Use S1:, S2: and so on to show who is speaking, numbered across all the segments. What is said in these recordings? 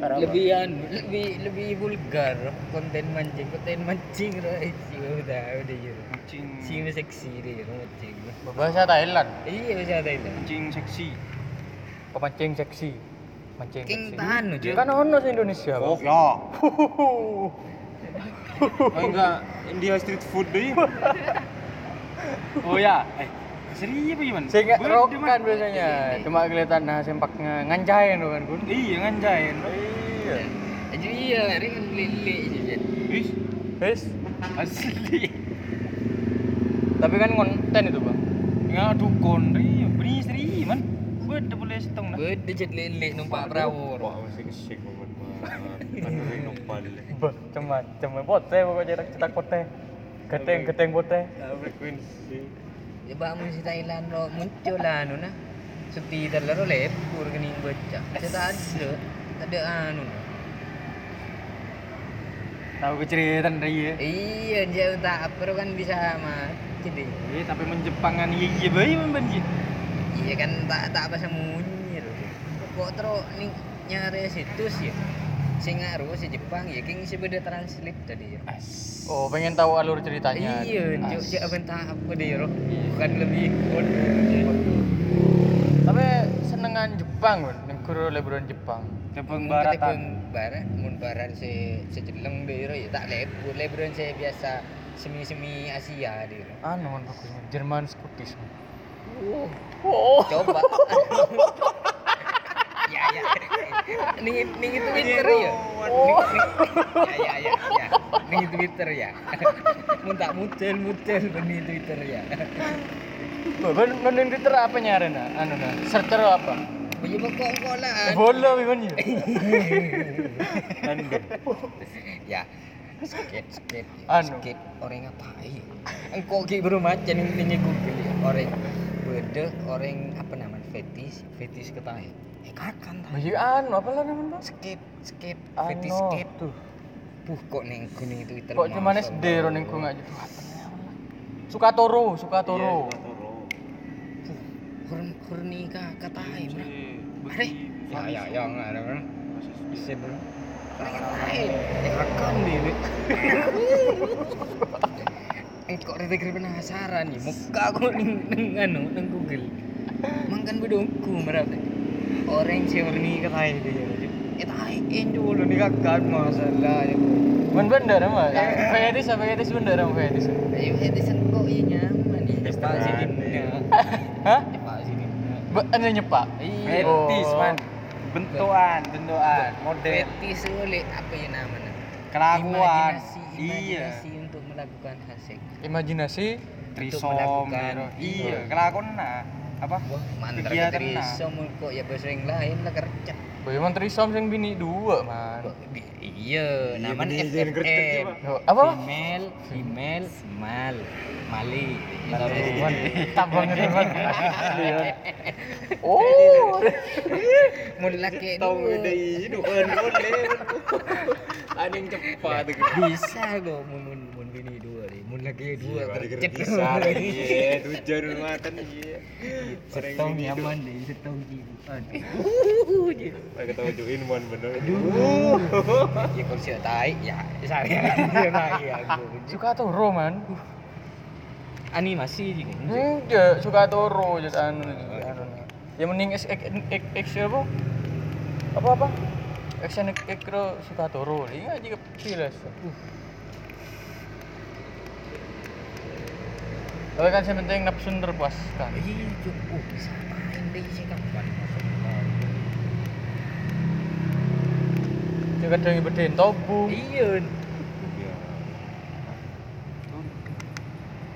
S1: Kenapa?
S2: lebih anu, lebih lebih vulgar konten mancing konten mancing right sih udah udah gitu
S3: Mancing
S2: sih seksi deh gitu, mancing
S1: Bahasa Thailand.
S2: iya bisa ada itu
S3: mancing seksi.
S1: Pemancing seksi. Mancing
S2: king
S1: seksi.
S2: tahan aja
S1: Kan ono sih Indonesia.
S3: Oh,
S1: Bang.
S3: ya. Oh, enggak India street food deh. Oh ya, eh serius apa gimana?
S1: Saya nggak
S3: Bener,
S1: rock
S3: Man.
S1: kan biasanya, cuma kelihatan nah sempak nge- ngancain kan kun.
S3: Iya nganjain. Eh.
S1: Iya.
S2: aja iya hari kan lele juga
S3: Wis,
S1: Wes,
S3: asli.
S1: tapi kan konten itu bang.
S3: Ya dukun deh, beri serius man. Gue udah boleh setengah.
S2: beda jet lele numpak perahu
S3: Oh,
S4: Wah, masih kesik banget, Bang. Anu ini nopal.
S1: Bah, cuma cuma bote pokoknya cetak cetak bote. Geteng geteng bote.
S4: Frekuensi.
S2: ya bang si Thailand lo muncul lah anu nah sepi terlalu lepur kening baca kita ada ada anu nah.
S1: Tahu keceriaan dia.
S2: iya jauh tak perlu kan bisa mati deh
S3: Eh, tapi menjepangan iya iya bayi man banjir.
S2: iya kan tak tak apa sembunyi loh kok terus nih nyari situs ya sing ngaruh si Jepang ya king sebeda translate tadi ya
S1: Oh, pengen tahu alur ceritanya.
S2: iya
S1: Ah.
S2: cok cok apa entah apa deh roh bukan lebih on
S1: Tapi senengan Jepang kan, negara liburan Jepang.
S3: Tepung baratan.
S2: barat ah. mun barat se sejeleng deh roh ya tak lebur leburan saya biasa semi semi Asia deh roh
S1: Anu kan bagusnya Jerman Scottish.
S2: oh. coba ya ya nih nih itu Twitter ya
S3: Oh.
S2: ya ya ya ya nih Twitter ya mun tak mutel mutel nih Twitter ya
S1: Bapak nonton Twitter apa nyaren ah? Anu nah, searcher apa?
S2: Punya pokok Iya, kok lah
S1: Bola memang ya.
S4: Anu.
S2: ya skate skate
S1: Anu.
S2: skate orang ngapain engkau ki baru macan yang tinggi google ya orang bede orang apa namanya fetis fetis ketahui eh kakan tahu
S1: Baju anu apa lah namanya? Bang?
S2: skate skate fetis
S1: Anu
S2: skate
S1: tuh.
S2: puh kok neng kuning itu itu
S1: Kok cuma SD roning ku enggak gitu. Suka toro, suka toro.
S2: hurni hurni ka ketahui bro
S3: Mari.
S2: mari ya ya ya nggak ada bro bisa bro orang ngapain eh kakan deh Bro. eh kok rete penasaran ya muka aku neng neng anu neng google makan bedongku merata orang cewek ketahui dia eh tahu enjo lo nih kakan masalah ya
S1: Men bener emang. Fetis Eh, apa fetis bener emang fetis.
S2: Ayo netizen kok iya nyaman ya Pak sini
S1: Hah?
S2: Pak ya. sini
S1: Be- Anu nyepak.
S2: Iya
S3: Fetis
S1: Oh.
S3: man. Bentuan, bentuan, model,
S2: Fetis boleh apa ya namanya
S3: kelakuan.
S2: Imajinasi
S3: Iya.
S2: Imajinasi untuk melakukan hasek
S1: Imajinasi
S3: Trisom.
S2: melakukan.
S3: gitu. Iya, kelakuan nah. Apa?
S2: Wah mantar
S3: Kegiatan
S2: dari
S3: nah.
S2: somul kok ya bahasa yang lain lah kerja
S1: Bagaimana trisom sing bini dua man.
S2: Kok bi- Iya namanya
S4: bener, jangan gercep,
S2: FFM
S4: coba.
S1: Oh, Apa?
S2: Female Female Mal Mali iya,
S1: Man, Tambang itu man. Asli, man.
S3: Iya.
S1: Oh.
S2: Mulai laki
S4: Tahu
S2: dulu
S4: beda hidup kan boleh. Ada yang cepat tuh.
S2: bisa kok mun mun mun bini dua deh mun lagi dua
S4: Ada
S2: tercet
S4: kerja. Iya, tujuan makan iya.
S2: setahun nyaman deh setahun jibuan
S4: Aku ketawa join mon bener.
S2: aduh ya kau siap tai ya saya siap tai ya
S1: Suka toro man. Eh.
S2: animasi kan? juga
S1: Enggak, suka toro jadi anu anu. Ya mending X X X X apa? Apa apa? Action X X suka toro. Ingat aja pilas. Tapi kan yang penting nafsu terpuaskan.
S2: iya cukup bisa Oh, main deh sih kapan
S1: Juga ada yang berdain tobu.
S2: iya
S4: Iya.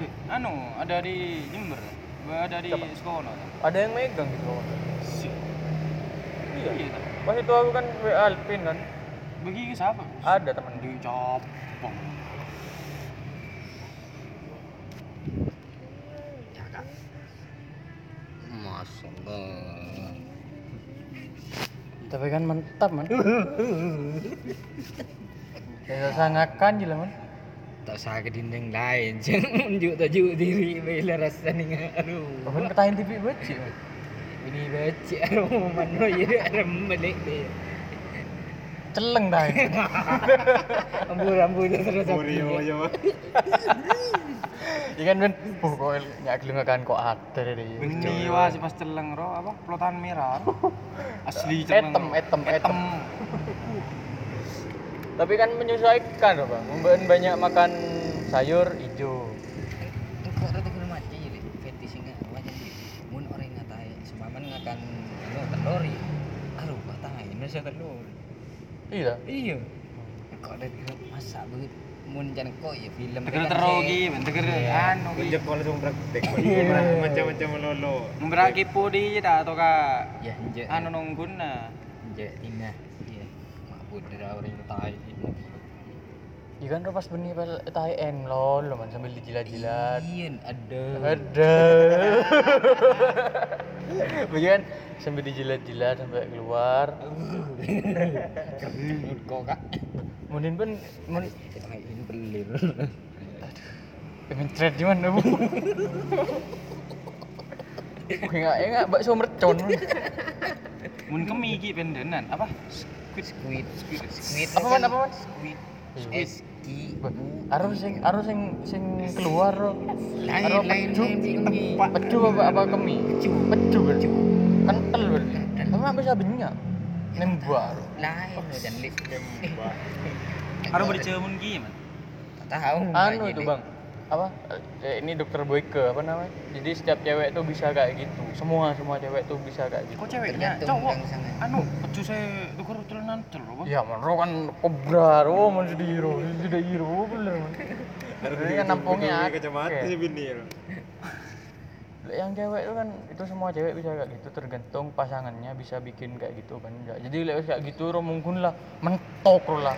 S3: Eh, Anu, ada di Jember. Ada di Sekolah.
S1: Ada yang megang gitu. loh.
S3: Iya. tak?
S1: Pas itu aku kan WA Alvin kan.
S3: Bagi ke siapa?
S1: Ada teman dia.
S3: Dicopong.
S2: ya kak masuk
S1: Tapi kan mantap man. Ya sangakan gila man.
S2: tak usah ke dinding lain jangan unjuk tajuk diri bela rasa nih aduh
S1: Bahkan ketahin TV bocil.
S2: ini baca rumah mana ya rembelik deh
S1: celeng dah.
S2: Ambu-ambu dia terus aku.
S1: iya,
S3: Murio yo.
S1: Ikan ben, oh kok nyak gelengakan kok ada deh.
S3: Ini wah si pas celeng ro apa pelotan merah. Asli celeng.
S1: Etem,
S3: ro.
S1: etem, etem. Tapi kan menyesuaikan loh bang. Mbak banyak makan sayur hijau.
S2: Engkau rata kena mati jadi ya, fetish enggak macam ni. Mun orang ngatai sepaman ngakan anu telur ya. Aruh kok tangai Indonesia telur.
S1: Iya.
S2: Iya. Engkau ada kena masak begitu. Mun jan kau ya film.
S3: Teger tero ki, ben teger
S1: Iya.
S3: anu ki.
S4: Menjekol langsung praktek. Macam-macam melolo.
S3: Membera kipu di ta atau ka
S2: Ya injek.
S3: anu nunggun nah.
S2: injek tina. Iya. Mabut dah orang ngatai.
S1: Ikan kan pas benih pas tahi en lol loh man sambil dijilat-jilat.
S2: Iya ada.
S1: Ada. Bagian kan, sambil dijilat-jilat sampai keluar.
S2: Kerut kau kak.
S1: Mungkin pun mun
S2: Tangai ini belir.
S1: mencret di mana bu? Enggak, enggak eh, bakso mercon.
S3: Mun kemi ki pendenan apa? Squid
S2: Squid.
S3: squid.
S2: Squid.
S1: Apa man apa man?
S2: Squid.
S1: Squid.
S2: S G U
S1: Arus sing arus sing sing keluar loh.
S2: lain
S1: Arwah
S2: lain
S1: pecu.
S2: lain ini
S1: Pecu apa apa kemi?
S2: Pecu.
S1: Pecu berarti. Kental berarti.
S2: Kental.
S1: Kamu nggak bisa benyak. Nembak.
S2: lain loh, dan lift
S3: Harus bercemun ki man.
S2: Tak tahu
S1: Anu itu bang apa eh, ini dokter Boyke apa namanya jadi setiap cewek tuh bisa kayak gitu semua semua cewek tuh bisa kayak gitu
S3: Kok ceweknya
S2: Tergantung
S3: cowok.
S2: kang sangat.
S3: Anu, pecu saya tuker celenan celur apa?
S1: ya menro kan kobra oh mau jadi hero jadi hero oh, bener man Ini kan nampungnya
S4: kacamata
S1: akeh.
S4: sih bini.
S1: Lah, yang cewek itu kan itu semua cewek bisa kayak gitu tergantung pasangannya bisa bikin kayak gitu kan enggak jadi lewat kayak gitu ro mungkin lah mentok ro lah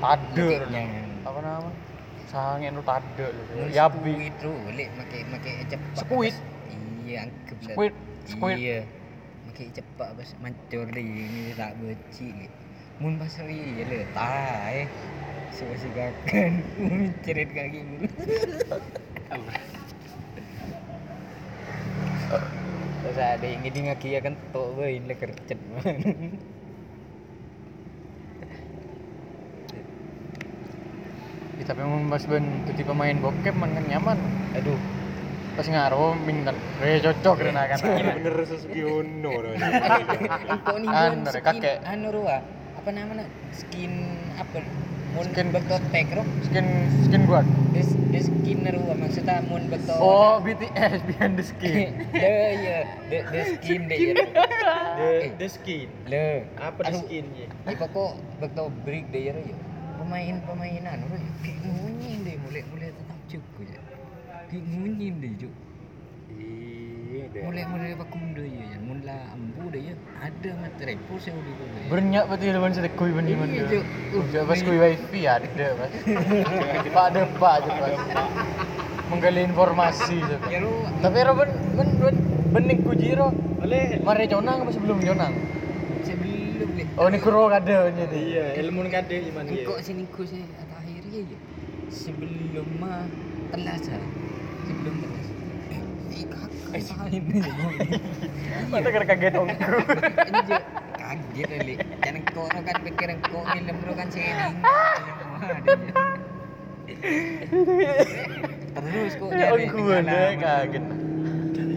S1: tader lah apa nama sangen ro tader lah ya bi
S2: itu boleh pakai pakai cepat
S1: Squid.
S2: iya angkep lah.
S1: squid squid
S2: iya pakai cepat pas mancur deh ini tak beci ni. mun pasal iya le tai suka-sukakan mencerit kaki mu Terus ada yang ini ngaki ya kan tok boy ini kercet man.
S1: Ya, tapi mau mas ben jadi pemain bokep man kan nyaman
S2: Aduh,
S1: pas ngaruh minta re cocok karena kan
S2: Iya,
S4: Bener Susugiono.
S2: engkau ni kan
S1: Anu,
S2: skin
S1: kakek.
S2: anu ruah. Apa nama nak? Skin apa? Mun
S1: Skin-
S2: bekotek roh.
S1: skin skin buat
S2: Des des skin ruah maksudnya mun bekotek.
S1: oh BTS behind the skin
S2: Le ya, the the skin deh ya.
S3: The skin.
S2: Le.
S3: Apa
S2: the
S3: skin ya?
S2: Ini pokok bekotek break deh ya roh ya. Pemain pemainan roh ya. Kayak ngunyi deh mulai mulai tetap cukup ya. Kayak ngunyi deh cukup.
S4: Iya deh.
S2: Mulai mulai vakum deh ya. Mula ambu deh ya. Ada materai pun saya udah boleh.
S1: Bernyak berarti lawan saya kui bendi
S2: Iya,
S1: bendi.
S2: Cuk. Uh,
S1: Udah pas kui wifi ada mas. Pak ada pak aja mas. Menggali informasi Cuk.
S2: Ya roh.
S1: Tapi Robin ben ben bening kujiro. Boleh. Mari jonang apa sebelum jonang?
S2: Saya belum boleh.
S1: Oh ini kuro ada jadi.
S3: Iya, ilmu kade iman
S2: Engkau sini kau saya atau akhirnya ya. je. ya? Sebelum mah telas lah. Sebelum telas. Eh, eh, kakak saya ni.
S1: Mata kena kaget ongku.
S2: Ini je kaget ali. Jangan kau orang kan pikir kau film lu kan sharing. Terus kau nyari
S1: Ongku ada
S2: ya,
S1: kaget.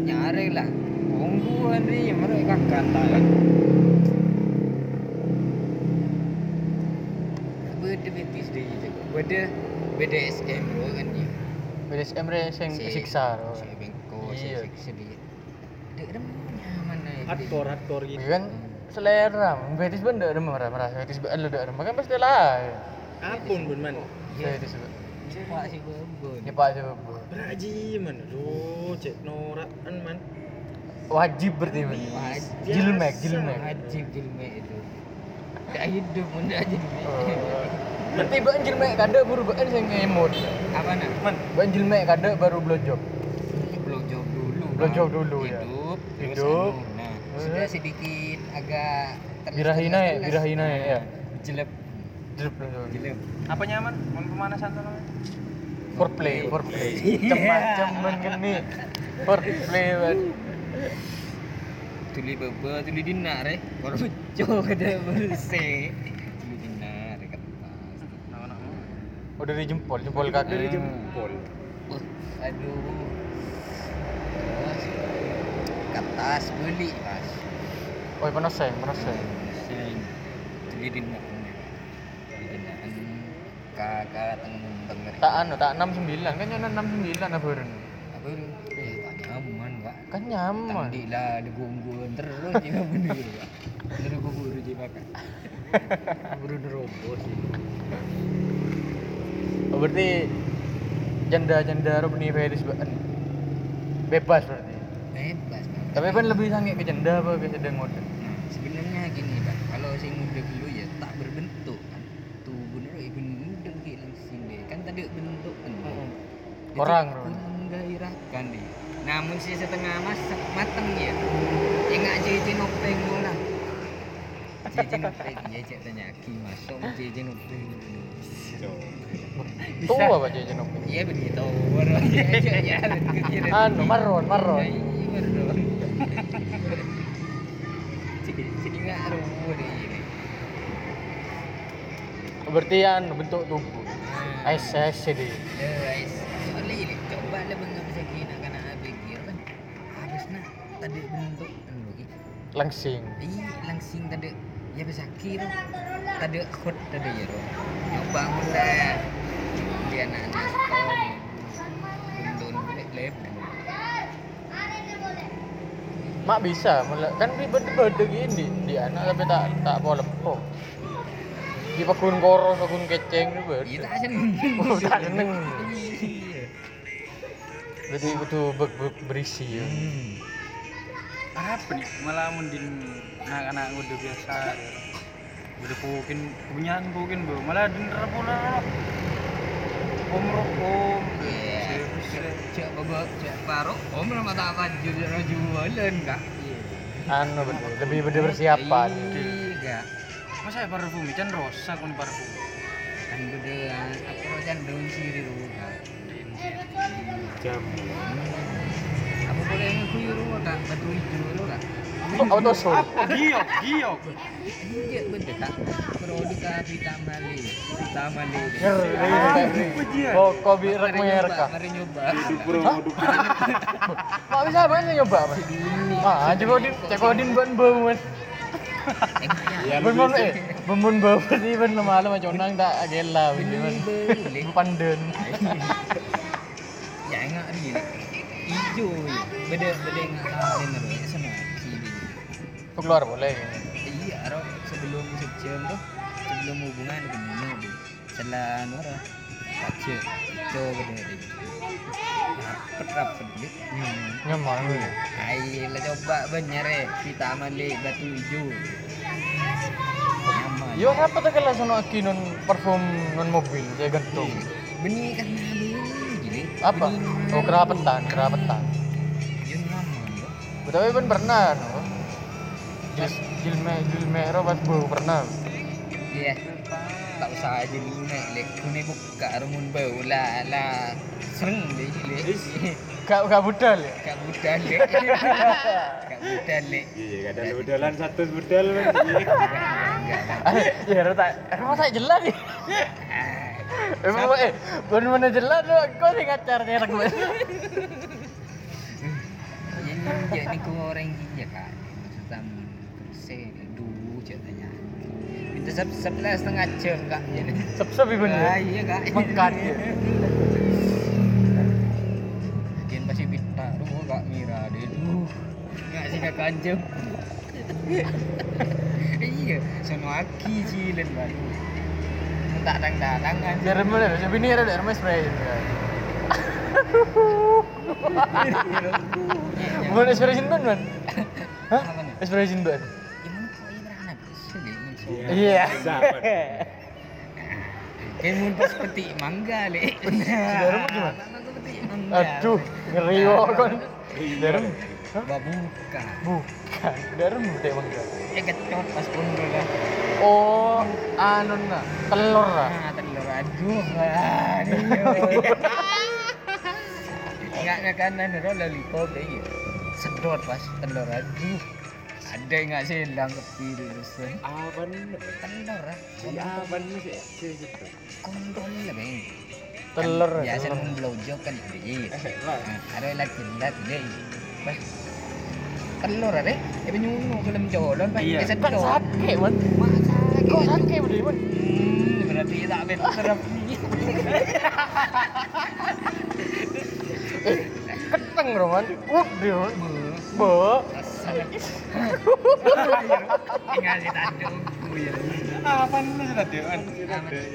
S2: Nyari lah. Ungguan ni mereka kata. Beda betis dia je. Beda beda SM bro kan dia.
S1: BDSM re sing
S2: Si-
S1: siksa. Rob.
S2: Saya bengkok,
S1: Iya.
S2: saya siksa dia. Dia remnya mana dia?
S3: hardcore
S1: Iya kan selera. Betis ben ndak remeh merah. Betis ben lu ndak remeh kan pasti lah.
S3: Apun bun man.
S2: Iya.
S1: Betis ben.
S2: Pak si Bambon.
S1: Ya Pak coba.
S3: Beraji man. Lu cek norakan man.
S1: Wajib berarti Ben.
S2: Wajib.
S1: Jilmek, jilmek.
S2: Wajib jilmek itu. Tak hidup pun tak jilmek.
S1: Oh. Berarti ban jilmek kada baru ban sing emot.
S2: Apa nak?
S3: Man,
S1: Ban jilmek kada baru blowjob.
S2: Blowjob dulu.
S1: Blowjob
S2: Bang.
S1: dulu, ya.
S2: Hidup. terus
S1: Hidup. Eh.
S2: anu. Nah, sudah sedikit agak terles-
S1: Birahi naik,
S2: terles-
S1: birahi naik, ya.
S2: Jelek.
S1: Jelek blowjob.
S2: Jelek.
S3: apa nyaman? Mun pemanasan tuh namanya?
S1: Foreplay, foreplay. Macam-macam ban kene. Foreplay ban.
S2: Tuli bebe, tuli dinar eh. Baru pecah kada bersih. Tuli
S1: Oh dari jempol, jempol kaki.
S3: Dari jempol.
S2: Uh, aduh. Terus kertas beli mas.
S1: Oh panas saya, panas saya.
S2: Sering. Jadi nak. Jadi nak. Kakak tengah-tengah ngeri.
S1: Tak anu, tak 69 kan nyonya 69 apa orang?
S2: Apa ni? Eh, tak nyaman kak.
S1: Kan nyaman.
S2: Tandik lah, ada gongguan terus juga benda tu kak. Benda aku buru je makan. Buru nerobos je.
S1: Oh, berarti janda-janda Robni Feris Baan. bebas berarti.
S2: Bebas kan.
S1: Tapi kan lebih sange ke janda apa ke sedang mode?
S2: Nah, sebenarnya gini kan, kalau saya muda dulu ya tak berbentuk kan. Tubuh dia ibu muda ke langsung deh. Kan tak ada bentuk kan. Jadi
S1: Orang, bro.
S2: kurang menggairahkan deh. Namun sih setengah masak matang ya. Ingat jeje nopeng dulu lah. Jeje nopeng ya cek tanya ki masuk jeje nopeng dulu.
S1: Tua Oh, apa jajan opo?
S2: Iya begitu. Orang ya cek ya. kekiran.
S1: Anu maron,
S2: Ya,
S1: maron.
S2: iya, betul. Jadi- jadi ngaruh deh ini.
S1: Oh, Berarti anu bentuk tubuh. Ais ais deh.
S2: guys Ah, eh, soalnya ini coba lah bengga bisa kena karena abg kan habis nah tadi bentuk anu lagi
S1: Langsing.
S2: iya langsing tadi ya bisa kira tadi khut tadi ya roh coba udah dia anak-anak setahun bentuk ini lep
S1: Mak bisa, mele- kan ribet-ribet gini di anak tapi tak tak boleh lepo. Di pekun koros, pekun keceng ribet.
S2: iya tak seneng
S1: Oh, tak seneng.
S2: Iya.
S1: Berarti itu beg beg berisi ya.
S3: Apa nih? Malah mending anak-anak udah biasa. Udah mungkin kebunyaan mungkin bro. Malah dengar pula. Om ro- om.
S2: Iya. Cak babak, cak parok, om ramah tak akan jujur jualan kak.
S1: Anu betul, lebih bener bersiapan.
S2: Iya.
S3: Masa ya parfum? Can rosak kan parfum.
S2: kan gede aku kan daun sirih dulu kak
S3: Jam.
S2: apa boleh ngekuyur dulu kak batu hijau dulu kak
S1: Oh, auto sol.
S3: Apa? Giok, giok.
S2: iya bener kak prodi kak kita mali kita mali
S1: Ngeri.
S3: Apa dia?
S1: Kok kok birek mereka.
S2: mari nyoba
S1: Mak bisa apa yang nyoba apa? Ah, coba din, cek din ban bau men.
S2: Iya,
S1: Ban ban eh, ban ban bau ni ban lemah lemah conang tak agela
S2: bener
S1: ban.
S2: boleh
S1: Pandan.
S2: ya enggak ini hijau ya beda beda enggak tahu ini loh sama kiri
S1: Kau keluar boleh.
S2: iya ro sebelum sebelum tuh sebelum hubungan benar deh setelah nora baca coba deh deh rapet rapet deh Hmm.
S1: Nyaman. weh.
S2: Ayo lah coba bener eh kita amali batu hijau nyaman
S1: Yo apa tak kelas sono aki non parfum non mobil saya gantung.
S2: benih kan malu gini
S1: Apa?
S2: Benih
S1: Oh
S2: malu.
S1: kerapetan, kerapetan.
S2: Yun nyaman yo.
S1: Tapi pun pernah no. Jil- Jilme jilme robat bau pernah.
S2: iya tak usah aja dulu naik lek kune buka rumun bau lah lah sereng deh lek
S1: Gak gak budal ya.
S2: kak budal lek kak budal lek
S3: Iya, kadang bedalan satu bedal. Iya.
S1: ya Rota, Rota jelas ya.
S2: Ah.
S1: Emang eh, bener-bener jelas tuh, kau sih ngacar nyerang gue.
S2: Yang dia ni kau orang gini kak Maksudnya Saya dulu je tanya Minta sab sebelah setengah jam kak
S1: Sep-sep ibu
S2: Ah,
S1: nih.
S2: iya kak
S1: Pekat ya. dia.
S2: Mungkin pasti pita Rupa kak Mira dia dulu Nggak sih kak kanjem Iya Sono aki cilen baru Tak tang-tang kan
S1: Biar bener, siapa ini ada Hermes spray. Bukan inspiration band, man. Hah?
S2: iya. Apa nih?
S1: Inspiration band.
S2: Gimana kok iya beranak Sedih mensuruh
S1: Iya.
S2: Kayak muntas petik mangga, Le.
S1: Saudara mau gimana?
S2: Aku petik mangga.
S1: Aduh, ngeri wah kon. Darem, Hah?
S2: Gua buka.
S1: bukan. Darem udah emang gak.
S2: Eh kecot pas pundul lah.
S1: Oh, anu nah, telur lah.
S2: Ah, telur aduh. Aduh. Enggak ke kanan ro lollipop deh. iya. Sedot pas telur aduh. Ada enggak sih lang kepi di rusun?
S3: Apa nih?
S2: Telur ah.
S4: Siapa nih sih? Sih, gitu.
S2: kontrol lah bang
S1: Teler,
S2: kan, biasa
S1: teler.
S2: nang blow job kan gede ada lagi lagi deh pas telur ada eh nyuno film jolon pas
S3: Iya.
S2: keset
S1: Kan
S2: dong.
S1: sake, man.
S2: masa
S1: Kok
S2: gitu
S1: sake, bro, man?
S2: Hmm, berarti tak bener
S1: Eh, Keteng, bro, man. Wup, dia, man. Be.
S2: tinggal di tandukku ya
S3: Apa nih sudah dia kan?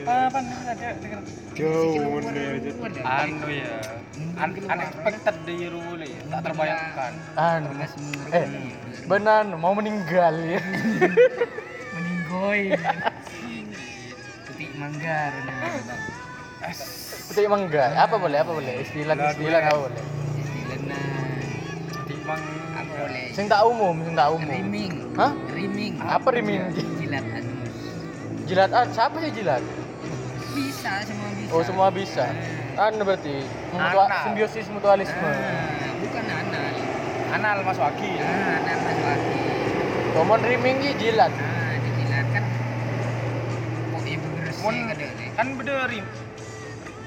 S3: Apa nih sudah dia dengar?
S4: Jauh nih.
S3: Anu ya, un- unexpected di Yeruli ya, tak terbayangkan.
S1: Anu. Eh, benan mau meninggal ya.
S2: meninggoy tutik manggar nah.
S1: Tapi emang enggak. Apa boleh? Apa boleh? Istilah istilah apa boleh?
S2: istilah nah
S3: Di mang
S2: apa boleh
S1: Sing tak umum, sing tak umum.
S2: riming
S1: Hah?
S2: riming
S1: Apa riming?
S2: jilat anus
S1: Jilat ah, siapa sih jilat?
S2: bisa semua bisa Hmm.
S1: Oh, semua bisa. Anu berarti mutua,
S3: Anal.
S1: simbiosis mutualisme.
S2: Ah, bukan anal
S3: anal masuk ya. aki.
S2: ah anal masuk lagi
S1: Common riming ki jilat.
S2: ah dijilat kan kok ibu bersih
S3: Mun
S2: gede deh
S3: kan bederim.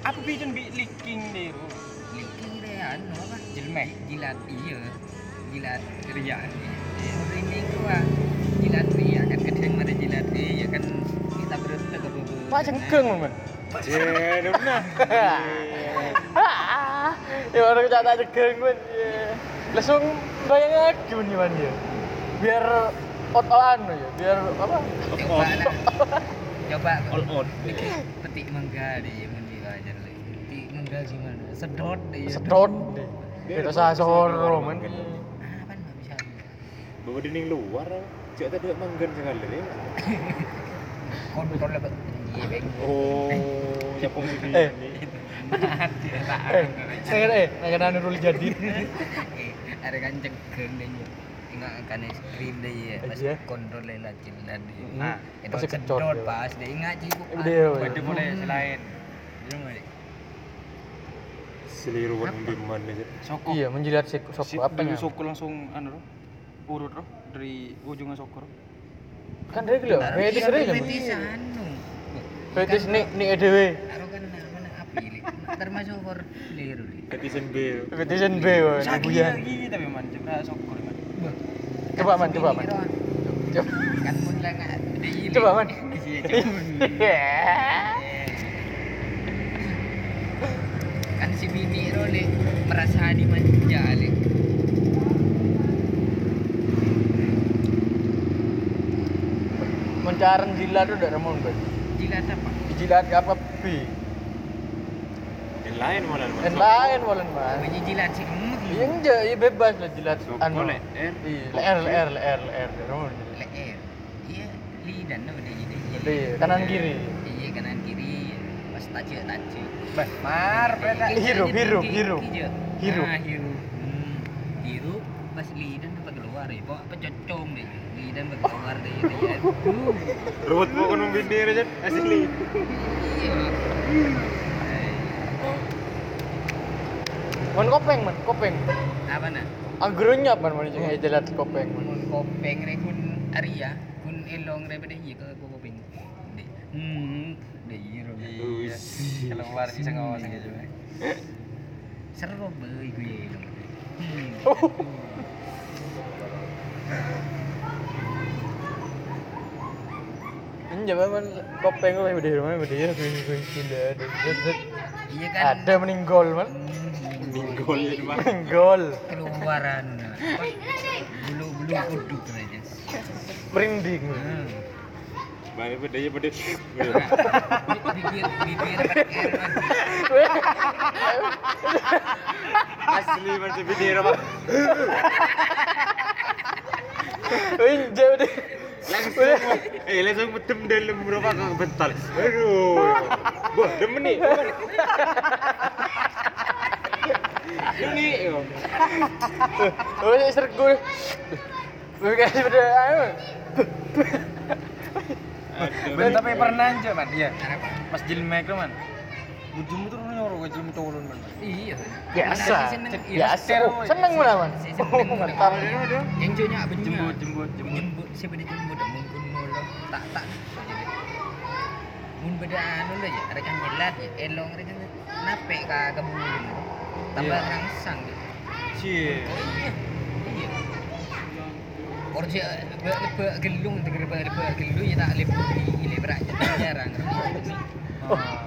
S3: Apa bikin bi leaking deh? Ru?
S2: liking deh anu apa
S3: Jelmeh.
S2: jilat iya jilat ria riming gua jilat ria kan gede ada jilat ria kan kita beruntung ke bubu
S1: Pak cengkeng, Iya, man.
S4: Jen, benar.
S1: Ah, ya orang kecak tak Iya. cegeng gue. Langsung bayangin lagi nih man ya. Biar out anu ya, biar apa?
S2: coba lah
S1: Oh.
S2: coba
S4: All out.
S2: petik mangga deh ya mesti wajar lah petik mangga gimana sedot deh ya
S1: Sedot. Kita sasor man.
S2: apa nggak bisa
S4: Bawa dia ning luar. Cek tadi manggan sekali deh.
S2: kontrol lebih tinggi beng
S4: Oh,
S3: Ya,
S4: siapa mesti
S1: Eh.
S4: ini?
S2: mati tak
S1: Eh, saya eh, saya anu dulu jadi.
S2: eh ada kan cegeng deh ya ingat kan es krim deh ya pas
S1: Iya.
S2: kontrol lah cilan deh
S3: Hmm.
S1: Nah,
S2: itu
S1: pasti kecot.
S2: sedot pas deh ingat sih kok
S1: Dia.
S3: Bade boleh selain
S4: Seliruan biman nih.
S3: soko.
S1: Iya, menjilat si
S3: Si,
S1: sop apa
S3: dari
S1: ya?
S3: soko langsung anu Ru. urut Ru. dari ujungnya soko. Ru.
S1: Kan dari gelo, fetis dari jam.
S2: fetis anu
S1: Fetis nih nih edw.
S2: Taruh kan nah, mana api li. termasuk horlir li.
S4: Kati sendiri.
S1: Fetisan B, man.
S3: Sakit
S1: Iya.
S3: lagi tapi man jebra soko. Man.
S1: Coba man, coba man. Coba.
S2: kan pun lah nggak ada ini.
S1: Coba man.
S2: Iya, coba. kan si Bibi role merasa dimanja li.
S1: Mencaran jilat tuh udah remon kan.
S2: jilat apa
S1: Jilat apa B?
S4: Yang lain malah. Mas.
S1: Dan lain walan man.
S2: namanya jilat sih gemuk li.
S1: Iya enggak, iya bebas lah jilat
S4: Soko
S1: anu.
S4: lek, er.
S1: Iya, leer leer leer leer. Ya, kamu harus jilat.
S2: leher iya li dan apa deh ini
S1: Iya, kanan kiri.
S2: iya kanan kiri pas tajuk tajuk
S3: Bah, mar beda.
S2: gitu
S1: Hirup, hirup, hirup. Hirup.
S2: hirup ah hirup hmm. hirup pas lidan apa keluar ya pokok apa cocom deh lidan apa keluar deh itu ya aduh
S4: Ruwet bukan membindir aja. Asli.
S2: iya
S1: Man kopeng man, kopeng.
S2: Eh, apa nah
S1: Agronya man man jeung jilat kopeng man.
S2: mun kopeng re kun aria kun elong re bede iya ke kopeng deh hmm deh hirup
S3: Iya. Keluar bisa ngawasan gitu. ya.
S2: eh. seru beuy gue iya, hmm
S1: Ini jaman man kopeng gue udah rumahnya udah ya gue gue jilat. Zet, zet.
S2: iya kan
S1: Ada meninggal man.
S2: Hmm,
S4: Minggol ya Mas.
S1: Meninggal.
S2: keluaran nah. bulu bulu kuduk aja
S1: Merinding.
S2: Hmm.
S4: Balik pada ya pada.
S2: bibir bibir air mati.
S4: Asli masih bindir apa?
S1: Ini jauh deh.
S4: langsung eh langsung medem dalam berapa kang bentar aduh wah demen nih ini
S1: Oh, saya sergu. Gue kasih pada ayo.
S3: Ben tapi pernah aja man, iya.
S2: Kenapa?
S3: Pas jilmek lo man. Bujumu tuh nyoro ke jilmu tolon man.
S2: iya
S1: Biasa.
S2: Saya seneng. Iya,
S1: Biasa. Oh, Seneng mana man?
S2: Saya
S1: Oh,
S2: seneng.
S1: mantap.
S2: yang cowoknya apa
S3: Jembut, jembut, jembut.
S2: jembut siapa dia jembut mungkin mulu tak tak mun beda anu lah ya rekan jelas ya elong rekan nape ka kabulin tambah
S3: Iya.
S2: rangsang
S3: Cie.
S2: oh iya iya Orja lebak lebak gelung, tengger lebak lebak gelung ya tak lebak lebak jarang.
S1: Oh,